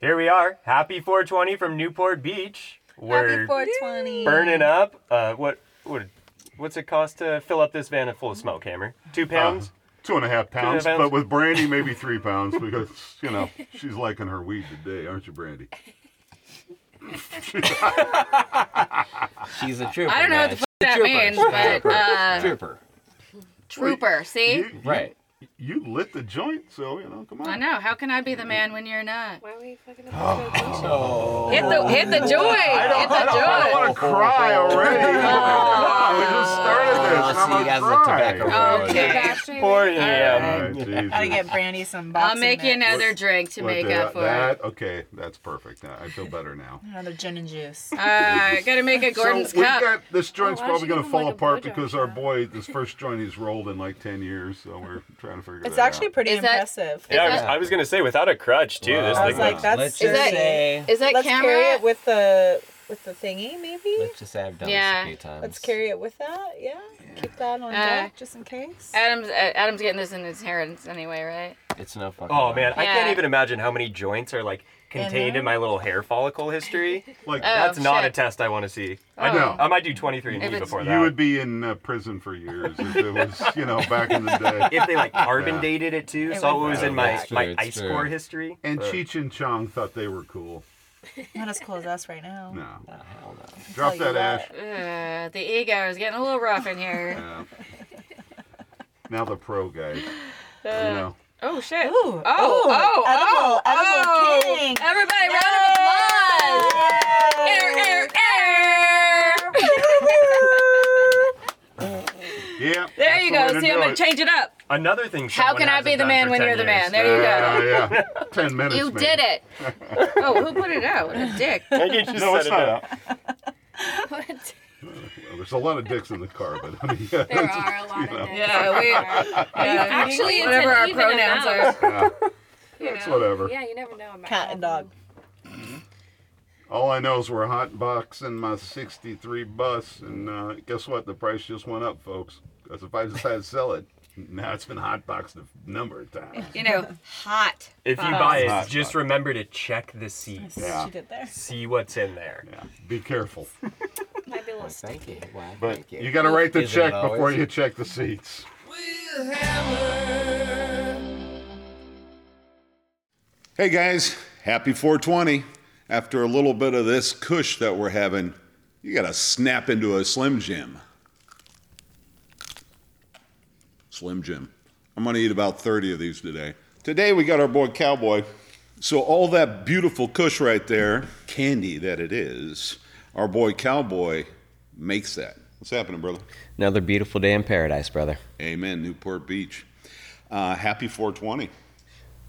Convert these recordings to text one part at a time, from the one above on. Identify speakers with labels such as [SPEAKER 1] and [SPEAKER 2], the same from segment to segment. [SPEAKER 1] Here we are. Happy 420 from Newport Beach.
[SPEAKER 2] Happy
[SPEAKER 1] We're
[SPEAKER 2] 420.
[SPEAKER 1] burning up. Uh, what what what's it cost to fill up this van full of smoke hammer? Two
[SPEAKER 3] Uh-huh.
[SPEAKER 1] pounds.
[SPEAKER 4] Two and a half pounds,
[SPEAKER 1] pounds.
[SPEAKER 4] but with Brandy, maybe three pounds because, you know, she's liking her weed today, aren't you, Brandy?
[SPEAKER 3] She's a trooper.
[SPEAKER 2] I don't know
[SPEAKER 3] man.
[SPEAKER 2] what the fuck
[SPEAKER 3] She's a
[SPEAKER 2] that
[SPEAKER 3] trooper.
[SPEAKER 2] means,
[SPEAKER 3] She's a
[SPEAKER 2] but
[SPEAKER 3] trooper.
[SPEAKER 2] uh,
[SPEAKER 3] trooper.
[SPEAKER 2] trooper. See,
[SPEAKER 4] You,
[SPEAKER 3] Right.
[SPEAKER 4] you lit the joint, so, you know, come on.
[SPEAKER 2] I know. How can I be the man when you're not?
[SPEAKER 5] Why are we fucking up this location?
[SPEAKER 2] Hit the hit the joy. Hit
[SPEAKER 4] I Oh. don't, I don't
[SPEAKER 2] the joy.
[SPEAKER 4] want to cry already. Come on, we just started this.
[SPEAKER 3] Oh,
[SPEAKER 4] and
[SPEAKER 3] see,
[SPEAKER 4] I'm
[SPEAKER 3] you
[SPEAKER 4] gonna
[SPEAKER 3] guys
[SPEAKER 4] cry.
[SPEAKER 3] look tobacco. road.
[SPEAKER 4] Oh,
[SPEAKER 2] Okay.
[SPEAKER 5] Sebastian,
[SPEAKER 1] Poor
[SPEAKER 5] I
[SPEAKER 1] yeah.
[SPEAKER 4] All right, Jesus.
[SPEAKER 6] Gotta get Brandy some boxing
[SPEAKER 2] I'll make you
[SPEAKER 6] mitts.
[SPEAKER 2] another drink to
[SPEAKER 4] What
[SPEAKER 2] make
[SPEAKER 4] the-
[SPEAKER 2] up for it.
[SPEAKER 4] that. Okay, that's perfect. I I feel better now.
[SPEAKER 6] Another gin and juice.
[SPEAKER 2] Uh, gotta make a Gordon's
[SPEAKER 4] so we
[SPEAKER 2] cup.
[SPEAKER 4] got this joint's
[SPEAKER 5] why don't
[SPEAKER 4] probably
[SPEAKER 5] you
[SPEAKER 4] going
[SPEAKER 5] give
[SPEAKER 4] to
[SPEAKER 5] him,
[SPEAKER 4] fall
[SPEAKER 5] like, a
[SPEAKER 4] apart
[SPEAKER 5] blowjob
[SPEAKER 4] because our
[SPEAKER 5] shot?
[SPEAKER 4] boy, this first joint, he's rolled in like ten years, so we're trying to figure.
[SPEAKER 6] It's
[SPEAKER 4] that
[SPEAKER 6] actually
[SPEAKER 4] out.
[SPEAKER 6] pretty
[SPEAKER 2] Is that-
[SPEAKER 6] impressive.
[SPEAKER 1] Yeah, I was,
[SPEAKER 3] that-
[SPEAKER 1] I was gonna say without a crutch too. This
[SPEAKER 6] I
[SPEAKER 3] Wow.
[SPEAKER 6] was
[SPEAKER 1] thing
[SPEAKER 6] like,
[SPEAKER 1] looks-
[SPEAKER 6] that's
[SPEAKER 3] Let's
[SPEAKER 2] Is
[SPEAKER 3] just
[SPEAKER 2] that-
[SPEAKER 3] say.
[SPEAKER 2] Is that
[SPEAKER 6] let's
[SPEAKER 2] camera?
[SPEAKER 6] carry it with the with the thingy, maybe.
[SPEAKER 3] Let's just say I've done
[SPEAKER 2] Yeah.
[SPEAKER 3] this a few times.
[SPEAKER 6] Let's carry it with that. Yeah. Keep that on
[SPEAKER 2] Uh,
[SPEAKER 6] deck just in case.
[SPEAKER 2] Adam's uh, Adam's getting this in his inheritance anyway, right?
[SPEAKER 3] It's no fucking.
[SPEAKER 1] oh man, I can't
[SPEAKER 2] Yeah.
[SPEAKER 1] even imagine how many joints are like contained in my little hair follicle history.
[SPEAKER 4] like
[SPEAKER 2] Oh,
[SPEAKER 1] that's not a
[SPEAKER 2] shit.
[SPEAKER 1] test I want to see.
[SPEAKER 4] I know.
[SPEAKER 1] I might do 23andMe
[SPEAKER 2] If it's-
[SPEAKER 1] before that.
[SPEAKER 4] you would be in uh, prison for years if it was, you know, back in the day.
[SPEAKER 1] if they like carbon
[SPEAKER 4] Yeah.
[SPEAKER 1] dated it too,
[SPEAKER 6] It
[SPEAKER 1] saw
[SPEAKER 6] would-
[SPEAKER 1] what was
[SPEAKER 3] Yeah,
[SPEAKER 1] in my
[SPEAKER 3] that's true,
[SPEAKER 1] my
[SPEAKER 3] it's
[SPEAKER 1] ice core
[SPEAKER 3] true.
[SPEAKER 1] history.
[SPEAKER 4] And
[SPEAKER 1] But-
[SPEAKER 4] Cheech and Chong thought they were cool.
[SPEAKER 6] Not as cool as us right now.
[SPEAKER 4] No,
[SPEAKER 3] Oh, hell no.
[SPEAKER 4] drop
[SPEAKER 6] tell you
[SPEAKER 4] that ash.
[SPEAKER 2] Uh, the ego is getting a little rough in here.
[SPEAKER 4] Yeah. Now the pro guys, you know.
[SPEAKER 2] Oh shit!
[SPEAKER 6] Ooh,
[SPEAKER 2] oh, oh, oh,
[SPEAKER 6] edible,
[SPEAKER 2] oh!
[SPEAKER 6] edible king.
[SPEAKER 2] Everybody, round of applause! Air, air, air!
[SPEAKER 4] Yeah.
[SPEAKER 2] There you go. See, I'm gonna
[SPEAKER 4] much.
[SPEAKER 2] change it up.
[SPEAKER 1] Another thing.
[SPEAKER 2] How
[SPEAKER 1] someone
[SPEAKER 2] can I
[SPEAKER 1] hasn't
[SPEAKER 2] be the
[SPEAKER 1] done
[SPEAKER 2] man
[SPEAKER 1] for
[SPEAKER 2] when
[SPEAKER 1] 10
[SPEAKER 2] you're the man?
[SPEAKER 1] years. Uh,
[SPEAKER 2] There you go.
[SPEAKER 4] Yeah, yeah. Ten minutes.
[SPEAKER 2] You
[SPEAKER 4] man.
[SPEAKER 2] did it. Oh, who put it out? A dick.
[SPEAKER 1] You just said
[SPEAKER 4] No, it's
[SPEAKER 1] it
[SPEAKER 4] not
[SPEAKER 1] up.
[SPEAKER 4] out. Well, there's a lot of dicks in the car, but I mean, yeah.
[SPEAKER 5] There are a lot of them.
[SPEAKER 2] Yeah, we. Yeah,
[SPEAKER 5] Actually, it's
[SPEAKER 2] whatever
[SPEAKER 5] an
[SPEAKER 2] our
[SPEAKER 5] even
[SPEAKER 2] pronouns
[SPEAKER 5] amount,
[SPEAKER 2] are.
[SPEAKER 5] you
[SPEAKER 4] It's
[SPEAKER 5] know?
[SPEAKER 4] whatever.
[SPEAKER 5] Yeah, you never know. about
[SPEAKER 6] Cat and
[SPEAKER 5] alcohol.
[SPEAKER 6] dog.
[SPEAKER 4] All I know is we're hot boxing my 63 bus, and uh, guess what? The price just went up, folks. Because if I decide to sell it, now it's been hot boxed a number of times.
[SPEAKER 2] You know, hot.
[SPEAKER 1] If you
[SPEAKER 2] Fuck.
[SPEAKER 1] buy
[SPEAKER 4] Hot
[SPEAKER 1] it, just
[SPEAKER 4] fuck.
[SPEAKER 1] remember to check the seat.
[SPEAKER 4] Yeah.
[SPEAKER 6] She did there.
[SPEAKER 1] See what's in there.
[SPEAKER 4] Yeah, be careful.
[SPEAKER 5] Might be a little
[SPEAKER 3] Why,
[SPEAKER 5] sticky.
[SPEAKER 3] Thank you. Why,
[SPEAKER 4] But
[SPEAKER 3] thank
[SPEAKER 4] you got to write the
[SPEAKER 3] Isn't it
[SPEAKER 4] check before
[SPEAKER 3] always?
[SPEAKER 4] you check the seats.
[SPEAKER 7] Hey guys, happy 420. After a little bit of this kush that we're having, you gotta snap into a Slim Jim. Slim Jim. I'm gonna eat about 30 of these today. Today we got our boy Cowboy. So, all that beautiful kush right there, candy that it is, our boy Cowboy makes that. What's happening, brother?
[SPEAKER 3] Another beautiful day in paradise, brother.
[SPEAKER 7] Amen, Newport Beach. Uh, happy 420.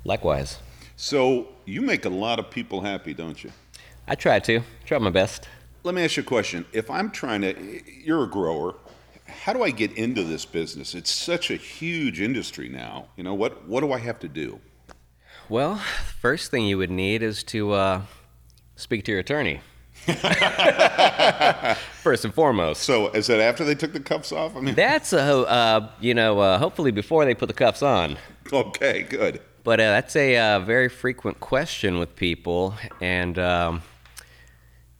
[SPEAKER 3] Likewise.
[SPEAKER 7] So, you make a lot of people happy, don't you?
[SPEAKER 3] I try to. Try my best.
[SPEAKER 7] Let me ask you a question. If I'm trying to, you're a grower. How do I get into this business? It's such a huge industry now. You know what? What do I have to do?
[SPEAKER 3] Well, first thing you would need is to uh, speak to your attorney. first and foremost.
[SPEAKER 7] So is that after they took the cuffs off? I mean,
[SPEAKER 3] That's a, ho- uh, you know, uh, hopefully before they put the cuffs on.
[SPEAKER 7] okay, good.
[SPEAKER 3] But uh, that's a uh, very frequent question with people, and um,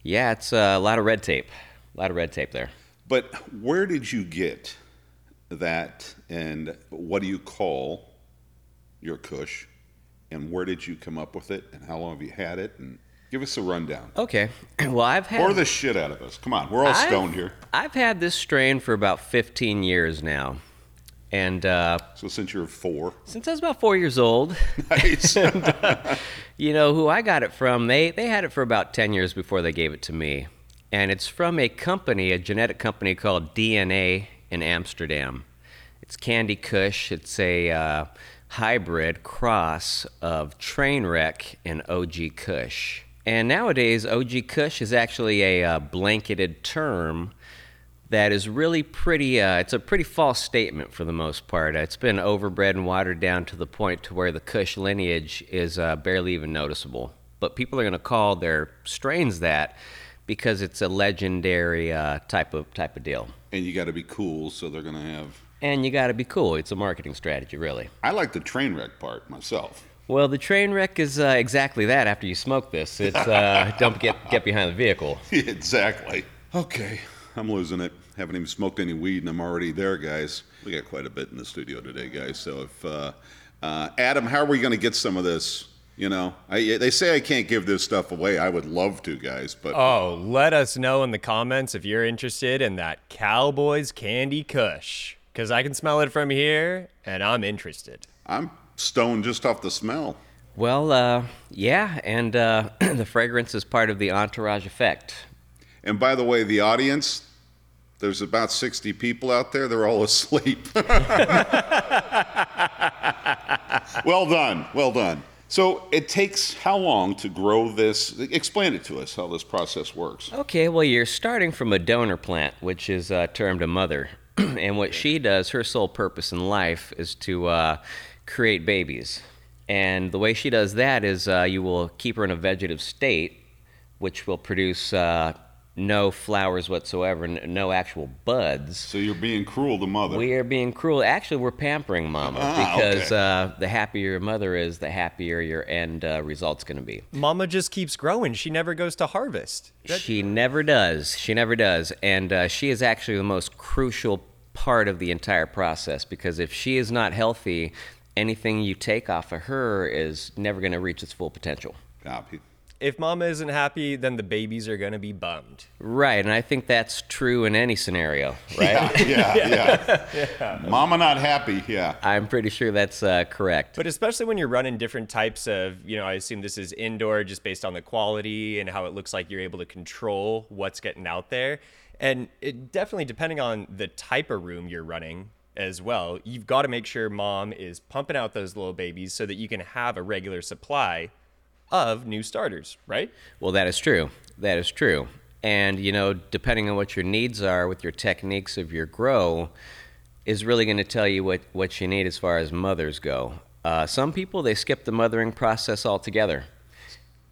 [SPEAKER 3] yeah, it's uh, a lot of red tape. A lot of red tape there.
[SPEAKER 7] But where did you get that? And what do you call your cush? And where did you come up with it? And how long have you had it? And give us a rundown.
[SPEAKER 3] Okay. Well, I've had
[SPEAKER 7] Pour the shit out of us. Come on, we're all
[SPEAKER 3] I've-
[SPEAKER 7] stoned here.
[SPEAKER 3] I've had this strain for about 15 years now, and uh,
[SPEAKER 7] So since you're four,
[SPEAKER 3] since I was about four years old, uh,
[SPEAKER 7] nice.
[SPEAKER 3] you know who I got it from. They they had it for about 10 years before they gave it to me, and it's from a company, a genetic company called DNA in Amsterdam. It's Candy Kush. It's a uh, hybrid cross of Trainwreck and OG Kush. And nowadays, OG Kush is actually a uh, blanketed term that is really pretty uh, it's a pretty false statement for the most part it's been overbred and watered down to the point to where the kush lineage is uh, barely even noticeable but people are going to call their strains that because it's a legendary uh, type of type of deal
[SPEAKER 7] and you got to be cool, so they're gonna have.
[SPEAKER 3] and you got to be cool it's a marketing strategy really
[SPEAKER 7] I like the train wreck part myself.
[SPEAKER 3] Well, the train wreck is uh, exactly that. After you smoke this, it's uh, don't get get behind the vehicle.
[SPEAKER 7] exactly. Okay, I'm losing it. Haven't even smoked any weed, and I'm already there, guys. We got quite a bit in the studio today, guys. So if uh, uh, Adam, how are we going to get some of this? You know, I, they say I can't give this stuff away. I would love to, guys, but
[SPEAKER 8] Oh, let us know in the comments if you're interested in that Cowboys Candy Kush. Because I can smell it from here, and I'm interested.
[SPEAKER 7] I'm stoned just off the smell.
[SPEAKER 3] Well, uh, yeah, and uh, the fragrance is part of the entourage effect.
[SPEAKER 7] And by the way, the audience, there's about 60 people out there. They're all asleep. well done. Well done. So it takes how long to grow this? Explain it to us how this process works.
[SPEAKER 3] Okay, well, you're starting from a donor plant, which is uh, termed a mother. and what she does, her sole purpose in life is to uh, create babies. And the way she does that is uh, you will keep her in a vegetative state, which will produce uh, no flowers whatsoever, n- no actual buds.
[SPEAKER 7] So you're being cruel to mother.
[SPEAKER 3] We are being cruel. Actually, we're pampering mama
[SPEAKER 7] Ah,
[SPEAKER 3] because
[SPEAKER 7] okay.
[SPEAKER 3] uh, the happier your mother is, the happier your end uh, result's going to be.
[SPEAKER 8] Mama just keeps growing. She never goes to harvest.
[SPEAKER 3] She never does. She never does. And uh, she is actually the most crucial part of the entire process because if she is not healthy, anything you take off of her is never going to reach its full potential.
[SPEAKER 7] Copy.
[SPEAKER 8] If Mama isn't happy, then the babies are going to be bummed.
[SPEAKER 3] Right. And I think that's true in any scenario, right?
[SPEAKER 7] Yeah, yeah. Mama not happy. Yeah.
[SPEAKER 3] I'm pretty sure that's uh, correct.
[SPEAKER 8] But especially when you're running different types of, you know, I assume this is indoor just based on the quality and how it looks like you're able to control what's getting out there. And it definitely depending on the type of room you're running as well, you've got to make sure mom is pumping out those little babies so that you can have a regular supply of new starters, right?
[SPEAKER 3] Well, that is true. That is true. And, you know, depending on what your needs are with your techniques of your grow, is really going to tell you what, what you need as far as mothers go. Uh, some people, they skip the mothering process altogether.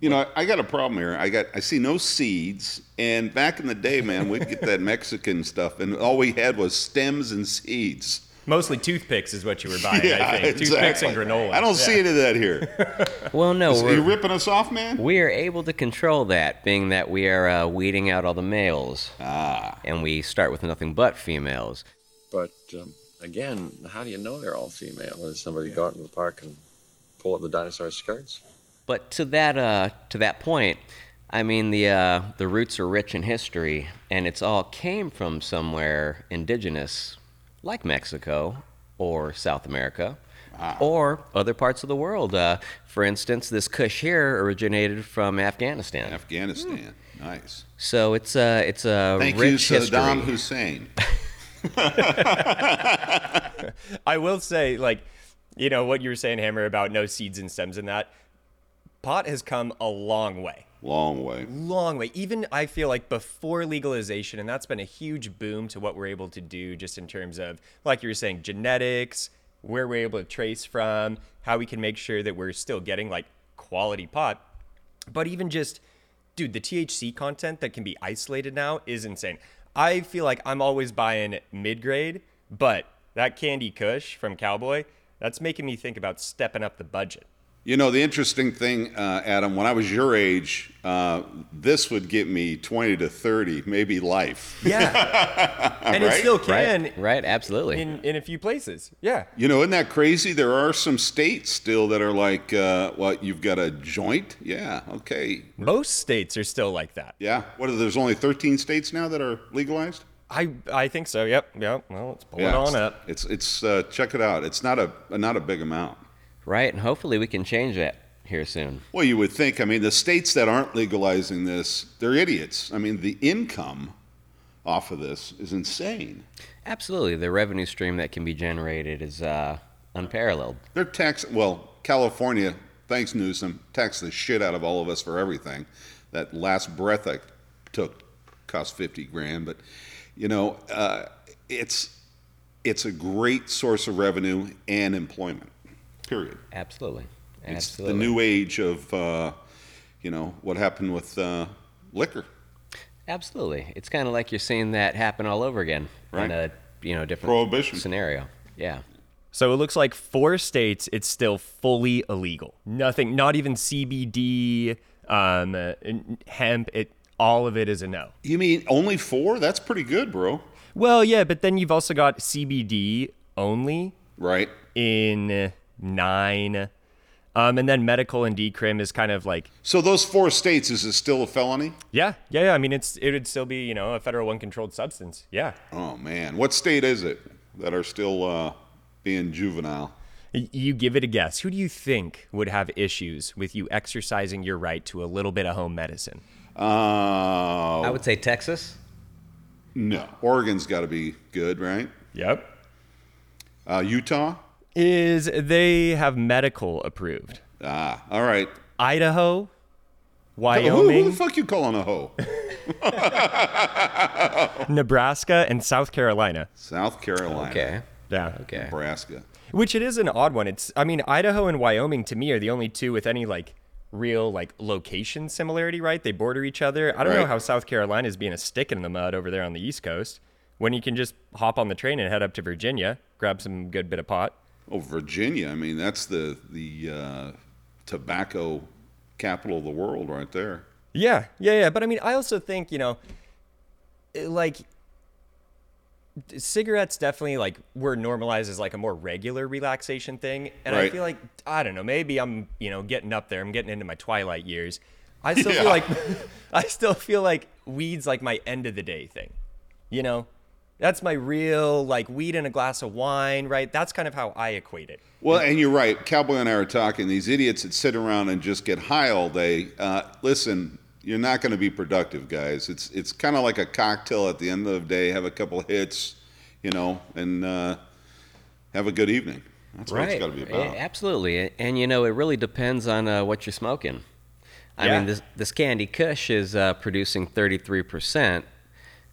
[SPEAKER 7] You know, I got a problem here. I got I see no seeds. And back in the day, man, we'd get that Mexican stuff, and all we had was stems and seeds.
[SPEAKER 8] Mostly toothpicks is what you were buying, I think. Toothpicks and
[SPEAKER 7] exactly.
[SPEAKER 8] granola.
[SPEAKER 7] I don't see any of that here.
[SPEAKER 3] Well, no,
[SPEAKER 7] Are you
[SPEAKER 3] we're,
[SPEAKER 7] ripping us off, man?
[SPEAKER 3] we are able to control that, being that we are uh, weeding out all the males. Ah. And we start with nothing but females.
[SPEAKER 9] But um, again, how do you know they're all female? Does somebody go out in the park and pull up the dinosaur's skirts?
[SPEAKER 3] But to that uh, to that point, I mean the uh, the roots are rich in history, and it's all came from somewhere indigenous, like Mexico or South America, or other parts of the world. Uh, for instance, this Kush here originated from Afghanistan,
[SPEAKER 7] Afghanistan. Nice.
[SPEAKER 3] so it's a uh, it's a
[SPEAKER 7] Thank you,
[SPEAKER 3] rich
[SPEAKER 7] Saddam
[SPEAKER 3] history.
[SPEAKER 7] Hussein.
[SPEAKER 8] I will say, like, you know, what you were saying, Hammer, about no seeds and stems and that, pot has come a long way.
[SPEAKER 7] Long way.
[SPEAKER 8] long way. Even I feel like before legalization, and that's been a huge boom to what we're able to do just in terms of, like you were saying, genetics, where we're able to trace from, how we can make sure that we're still getting like quality pot. But even just, dude, the THC content that can be isolated now is insane. I feel like I'm always buying mid grade, but that Candy Kush from Cowboy, that's making me think about stepping up the budget.
[SPEAKER 7] You know, the interesting thing, uh, Adam, when I was your age, uh, this would get me 20 to 30, maybe life.
[SPEAKER 8] Yeah. and it still can
[SPEAKER 3] Right, right, absolutely.
[SPEAKER 8] in, in a few places. Yeah.
[SPEAKER 7] You know, isn't that crazy? There are some states still that are like, uh, what, you've got a joint? Yeah, okay.
[SPEAKER 8] Most states are still like that.
[SPEAKER 7] Yeah. What are there's only 13 states now that are legalized?
[SPEAKER 8] I I think so. Yep. Yep. Well, let's pull it
[SPEAKER 7] yeah.
[SPEAKER 8] on up.
[SPEAKER 7] It's, it's, uh, check it out. It's not a, not a big amount.
[SPEAKER 3] Right, and hopefully we can change that here soon.
[SPEAKER 7] Well, you would think. I mean, the states that aren't legalizing this, they're idiots. I mean, the income off of this is insane.
[SPEAKER 3] Absolutely, the revenue stream that can be generated is uh, unparalleled.
[SPEAKER 7] They're tax. Well, California, thanks Newsom, taxed the shit out of all of us for everything. That last breath I took cost fifty grand, but you know, uh, it's it's a great source of revenue and employment. Period.
[SPEAKER 3] Absolutely.
[SPEAKER 7] It's
[SPEAKER 3] Absolutely.
[SPEAKER 7] the new age of uh, you know what happened with uh, liquor.
[SPEAKER 3] Absolutely. It's kind of like you're seeing that happen all over again
[SPEAKER 7] Right.
[SPEAKER 3] in a you know different
[SPEAKER 7] Prohibition.
[SPEAKER 3] scenario. Yeah.
[SPEAKER 8] So it looks like four states it's still fully illegal. Nothing, not even CBD, um, uh, n- hemp. It all of it is a no.
[SPEAKER 7] You mean only four? That's pretty good, bro.
[SPEAKER 8] Well, yeah, but then you've also got CBD only
[SPEAKER 7] Right.
[SPEAKER 8] in nine, um, and then medical and decrim is kind of like
[SPEAKER 7] So those four states is it still a felony?
[SPEAKER 8] yeah, yeah, yeah. I mean, it's it would still be you know a federal uncontrolled substance. Yeah,
[SPEAKER 7] Oh man, what state is it that are still uh, being juvenile?
[SPEAKER 8] Y- You give it a guess. Who do you think would have issues with you exercising your right to a little bit of home medicine?
[SPEAKER 7] Uh,
[SPEAKER 3] I would say Texas.
[SPEAKER 7] no, Oregon's got to be good, right?
[SPEAKER 8] Yep.
[SPEAKER 7] Uh, Utah.
[SPEAKER 8] Is they have medical approved.
[SPEAKER 7] Ah, all right.
[SPEAKER 8] Idaho,
[SPEAKER 7] Who, who the
[SPEAKER 8] Wyoming,
[SPEAKER 7] fuck you calling a hoe?
[SPEAKER 8] Nebraska, and South Carolina.
[SPEAKER 7] South Carolina,
[SPEAKER 3] Okay.
[SPEAKER 8] Yeah.
[SPEAKER 3] Okay.
[SPEAKER 7] Nebraska.
[SPEAKER 8] Which it is an odd one. It's I mean, Idaho and Wyoming to me are the only two with any like real like location similarity, right? They border each other. I don't know
[SPEAKER 7] Right.
[SPEAKER 8] how South Carolina is being a stick in the mud over there on the East Coast when you can just hop on the train and head up to Virginia, grab some good bit of pot.
[SPEAKER 7] Oh, Virginia. I mean, that's the the uh, tobacco capital of the world, right there.
[SPEAKER 8] Yeah, yeah, yeah. But I mean, I also think you know, eh, like d- cigarettes definitely like were normalized as like a more regular relaxation thing, and I
[SPEAKER 7] Right.
[SPEAKER 8] feel like I don't know. Maybe I'm you know getting up there. I'm getting into my twilight years. I still
[SPEAKER 7] Yeah.
[SPEAKER 8] feel like I still feel like weed's like my end of the day thing. You know, that's my real like weed and a glass of wine, right? That's kind of how I equate it.
[SPEAKER 7] Well, and you're right. Cowboy and I are talking. These idiots that sit around and just get high all day. Uh, listen, you're not going to be productive, guys. It's it's kind of like a cocktail. At the end of the day, have a couple hits, you know, and uh, have a good evening. That's what it's got to be
[SPEAKER 3] Yeah,
[SPEAKER 7] about.
[SPEAKER 3] absolutely. And, you know, it really depends on uh, what you're smoking. I
[SPEAKER 8] Yeah.
[SPEAKER 3] mean, this, this Candy Kush is uh, producing 33%,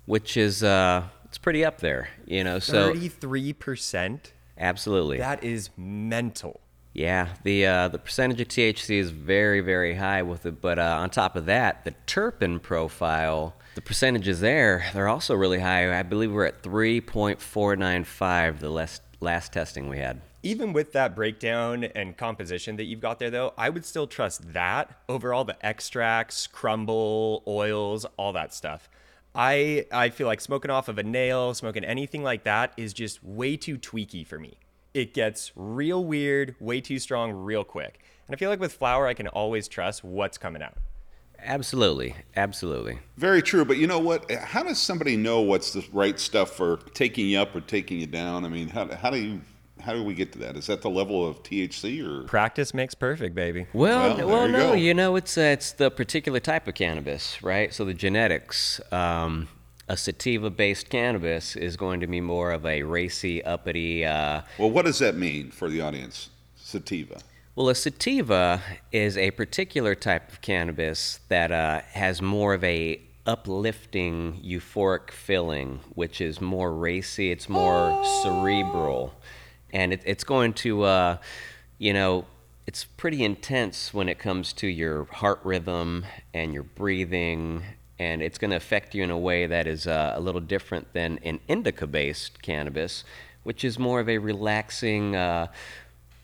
[SPEAKER 3] which is uh, it's pretty up there, you know. So,
[SPEAKER 8] Thirty-three percent.
[SPEAKER 3] absolutely.
[SPEAKER 8] That is mental.
[SPEAKER 3] Yeah, the uh, the percentage of THC is very very high with it, but uh, on top of that, the terpen profile, the percentages there, they're also really high. I believe we're at three point four nine five the last last testing we had.
[SPEAKER 8] even with that breakdown and composition that you've got there though i would still trust that over all the extracts crumble oils all that stuff i i feel like smoking off of a nail smoking anything like that is just way too tweaky for me it gets real weird way too strong real quick and i feel like with flour i can always trust what's coming out
[SPEAKER 3] Absolutely, absolutely.
[SPEAKER 7] Very true, but you know what? How does somebody know what's the right stuff for taking you up or taking you down? I mean, how, how do you how do we get to that? Is that the level of THC or
[SPEAKER 8] practice makes perfect baby
[SPEAKER 3] Well,
[SPEAKER 7] Well,
[SPEAKER 3] well,
[SPEAKER 7] there you
[SPEAKER 3] no,
[SPEAKER 7] go.
[SPEAKER 3] you know, it's uh, it's the particular type of cannabis, right? So the genetics, um, a sativa-based cannabis is going to be more of a racy, uppity. Uh,
[SPEAKER 7] well, what does that mean for the audience? Sativa.
[SPEAKER 3] Well, a sativa is a particular type of cannabis that uh, has more of a uplifting, euphoric feeling, which is more racy. It's more cerebral, and it, it's going to, uh, you know, it's pretty intense when it comes to your heart rhythm and your breathing, and it's going to affect you in a way that is uh, a little different than an indica-based cannabis, which is more of a relaxing. Uh,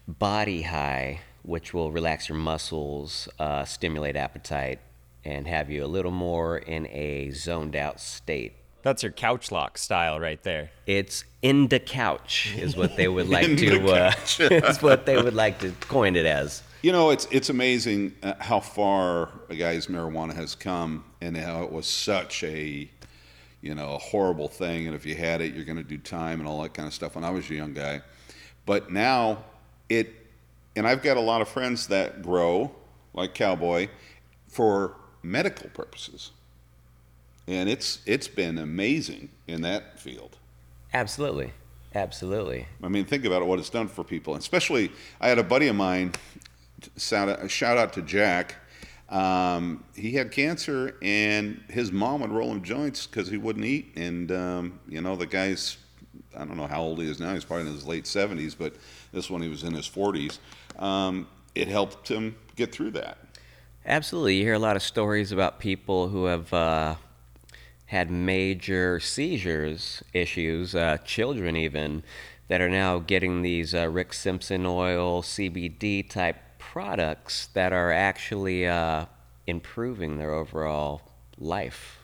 [SPEAKER 3] body high, which will relax your muscles, uh, stimulate appetite, and have you a little more in a zoned out state.
[SPEAKER 8] that's your couch lock style right there
[SPEAKER 3] It's in the couch is what they would like to uh, is what they would like to coin it as.
[SPEAKER 7] You know, it's it's amazing uh, how far a guy's marijuana has come, and how it was such a, you know, a horrible thing. And if you had it, you're going to do time and all that kind of stuff. When I was a young guy, but now it, and I've got a lot of friends that grow like cowboy for medical purposes, and it's it's been amazing in that field.
[SPEAKER 3] Absolutely, absolutely.
[SPEAKER 7] I mean, think about it, what it's done for people. Especially, I had a buddy of mine, shout out, shout out to Jack. Um, he had cancer, and his mom would roll him joints because he wouldn't eat. And, um, you know, the guy's, I don't know how old he is now, he's probably in his late 70s, but this one he was in his 40s. Um, it helped him get through that.
[SPEAKER 3] Absolutely. You hear a lot of stories about people who have uh, had major seizures issues, uh, children even, that are now getting these uh, Rick Simpson oil CBD type products that are actually uh, improving their overall life.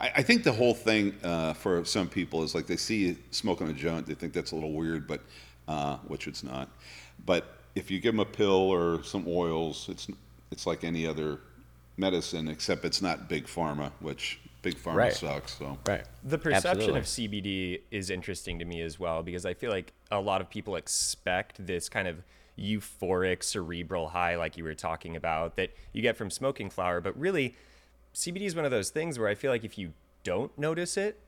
[SPEAKER 7] I, I think the whole thing uh, for some people is like they see you smoking a joint, they think that's a little weird, but uh, which it's not. But if you give them a pill or some oils, it's it's like any other medicine, except it's not big pharma, which big pharma
[SPEAKER 3] Right.
[SPEAKER 7] sucks. So
[SPEAKER 3] Right.
[SPEAKER 8] The perception
[SPEAKER 3] Absolutely.
[SPEAKER 8] of CBD is interesting to me as well because I feel like a lot of people expect this kind of euphoric cerebral high, like you were talking about, that you get from smoking flower. But really, CBD is one of those things where I feel like if you don't notice it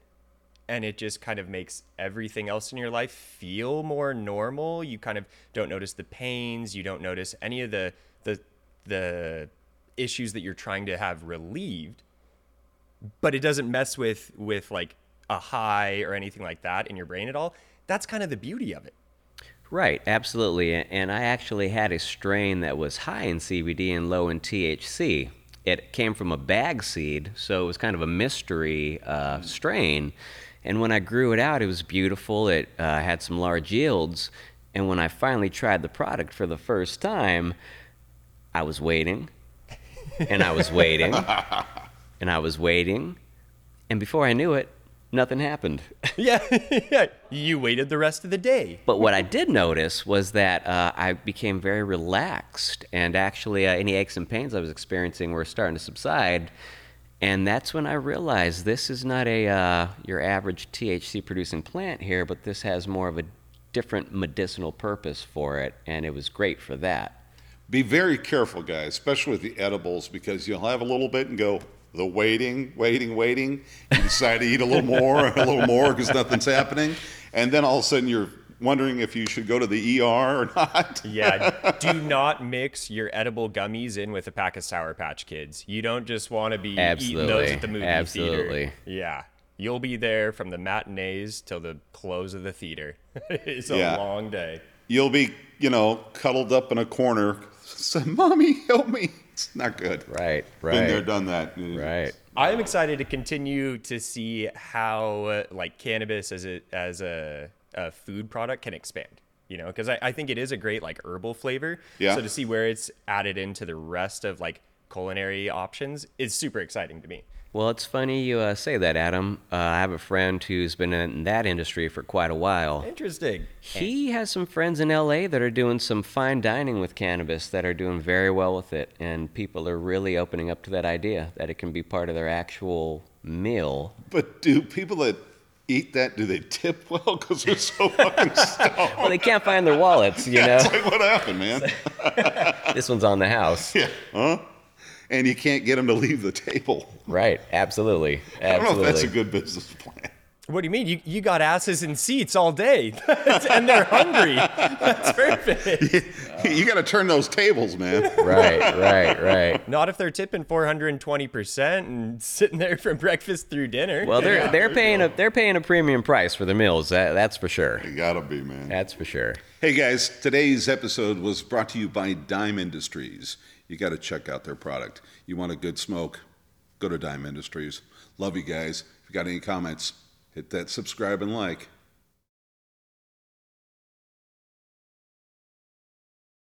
[SPEAKER 8] and it just kind of makes everything else in your life feel more normal, you kind of don't notice the pains, you don't notice any of the, the, the, issues that you're trying to have relieved but it doesn't mess with with like a high or anything like that in your brain at all. That's kind of the beauty of it.
[SPEAKER 3] Right, absolutely. A- And I actually had a strain that was high in CBD and low in THC. It came from a bag seed, so it was kind of a mystery uh, strain. And when I grew it out, it was beautiful. It uh, had some large yields. And when I finally tried the product for the first time, I was waiting, and I was waiting, and I was waiting. And before I knew it, nothing happened.
[SPEAKER 8] Yeah, yeah. You waited the rest of the day.
[SPEAKER 3] But what I did notice was that uh, I became very relaxed, and actually, uh, any aches and pains I was experiencing were starting to subside. And that's when I realized this is not a uh, your average THC producing plant here, but this has more of a different medicinal purpose for it, and it was great for that.
[SPEAKER 7] Be very careful, guys, especially with the edibles, because you'll have a little bit and go, the waiting, waiting, waiting. You decide to eat a little more, a little more, because nothing's happening. And then all of a sudden you're wondering if you should go to the ER or not.
[SPEAKER 8] Yeah. Do not mix your edible gummies in with a pack of Sour Patch Kids. You don't just want to be eating those
[SPEAKER 3] Absolutely,
[SPEAKER 8] at the movie
[SPEAKER 3] absolutely.
[SPEAKER 8] theater. Yeah. You'll be there from the matinees till the close of the theater. it's a
[SPEAKER 7] Yeah.
[SPEAKER 8] long day.
[SPEAKER 7] You'll be, you know, cuddled up in a corner. Say, Mommy, help me. It's not good.
[SPEAKER 3] Right,
[SPEAKER 7] Been there, done that.
[SPEAKER 3] right.
[SPEAKER 8] I am excited to continue to see how uh, like cannabis as a as a, a food product can expand. You know, because I, I think it is a great like herbal flavor.
[SPEAKER 7] Yeah.
[SPEAKER 8] So to see where it's added into the rest of like culinary options is super exciting to me.
[SPEAKER 3] Well, it's funny you uh, say that, Adam. Uh, I have a friend who's been in that industry for quite a while.
[SPEAKER 8] Interesting.
[SPEAKER 3] He has some friends in LA that are doing some fine dining with cannabis that are doing very well with it, and people are really opening up to that idea that it can be part of their actual meal.
[SPEAKER 7] But do people that eat that, do they tip well? Because they're so fucking stoned.
[SPEAKER 3] Well, they can't find their wallets, you know.
[SPEAKER 7] Like, what happened, man?
[SPEAKER 3] This one's on the house.
[SPEAKER 7] and you can't get them to leave the table.
[SPEAKER 3] Right, absolutely.
[SPEAKER 7] I don't know if that's a
[SPEAKER 3] Absolutely.
[SPEAKER 7] good business plan.
[SPEAKER 8] What do you mean? You you got asses in seats all day, and they're hungry. That's perfect.
[SPEAKER 7] you got to turn those tables, man.
[SPEAKER 3] Right, right, right.
[SPEAKER 8] Not if they're tipping four hundred and twenty percent and sitting there from breakfast through dinner.
[SPEAKER 3] Well, they're they're paying a they're paying a premium price for the meals. That, that's for sure.
[SPEAKER 7] you got to be, man.
[SPEAKER 3] That's for sure.
[SPEAKER 7] Hey guys, today's episode was brought to you by Dime Industries. You got to check out their product. You want a good smoke? Go to Dime Industries. Love you guys. If you got any comments, hit that subscribe and like.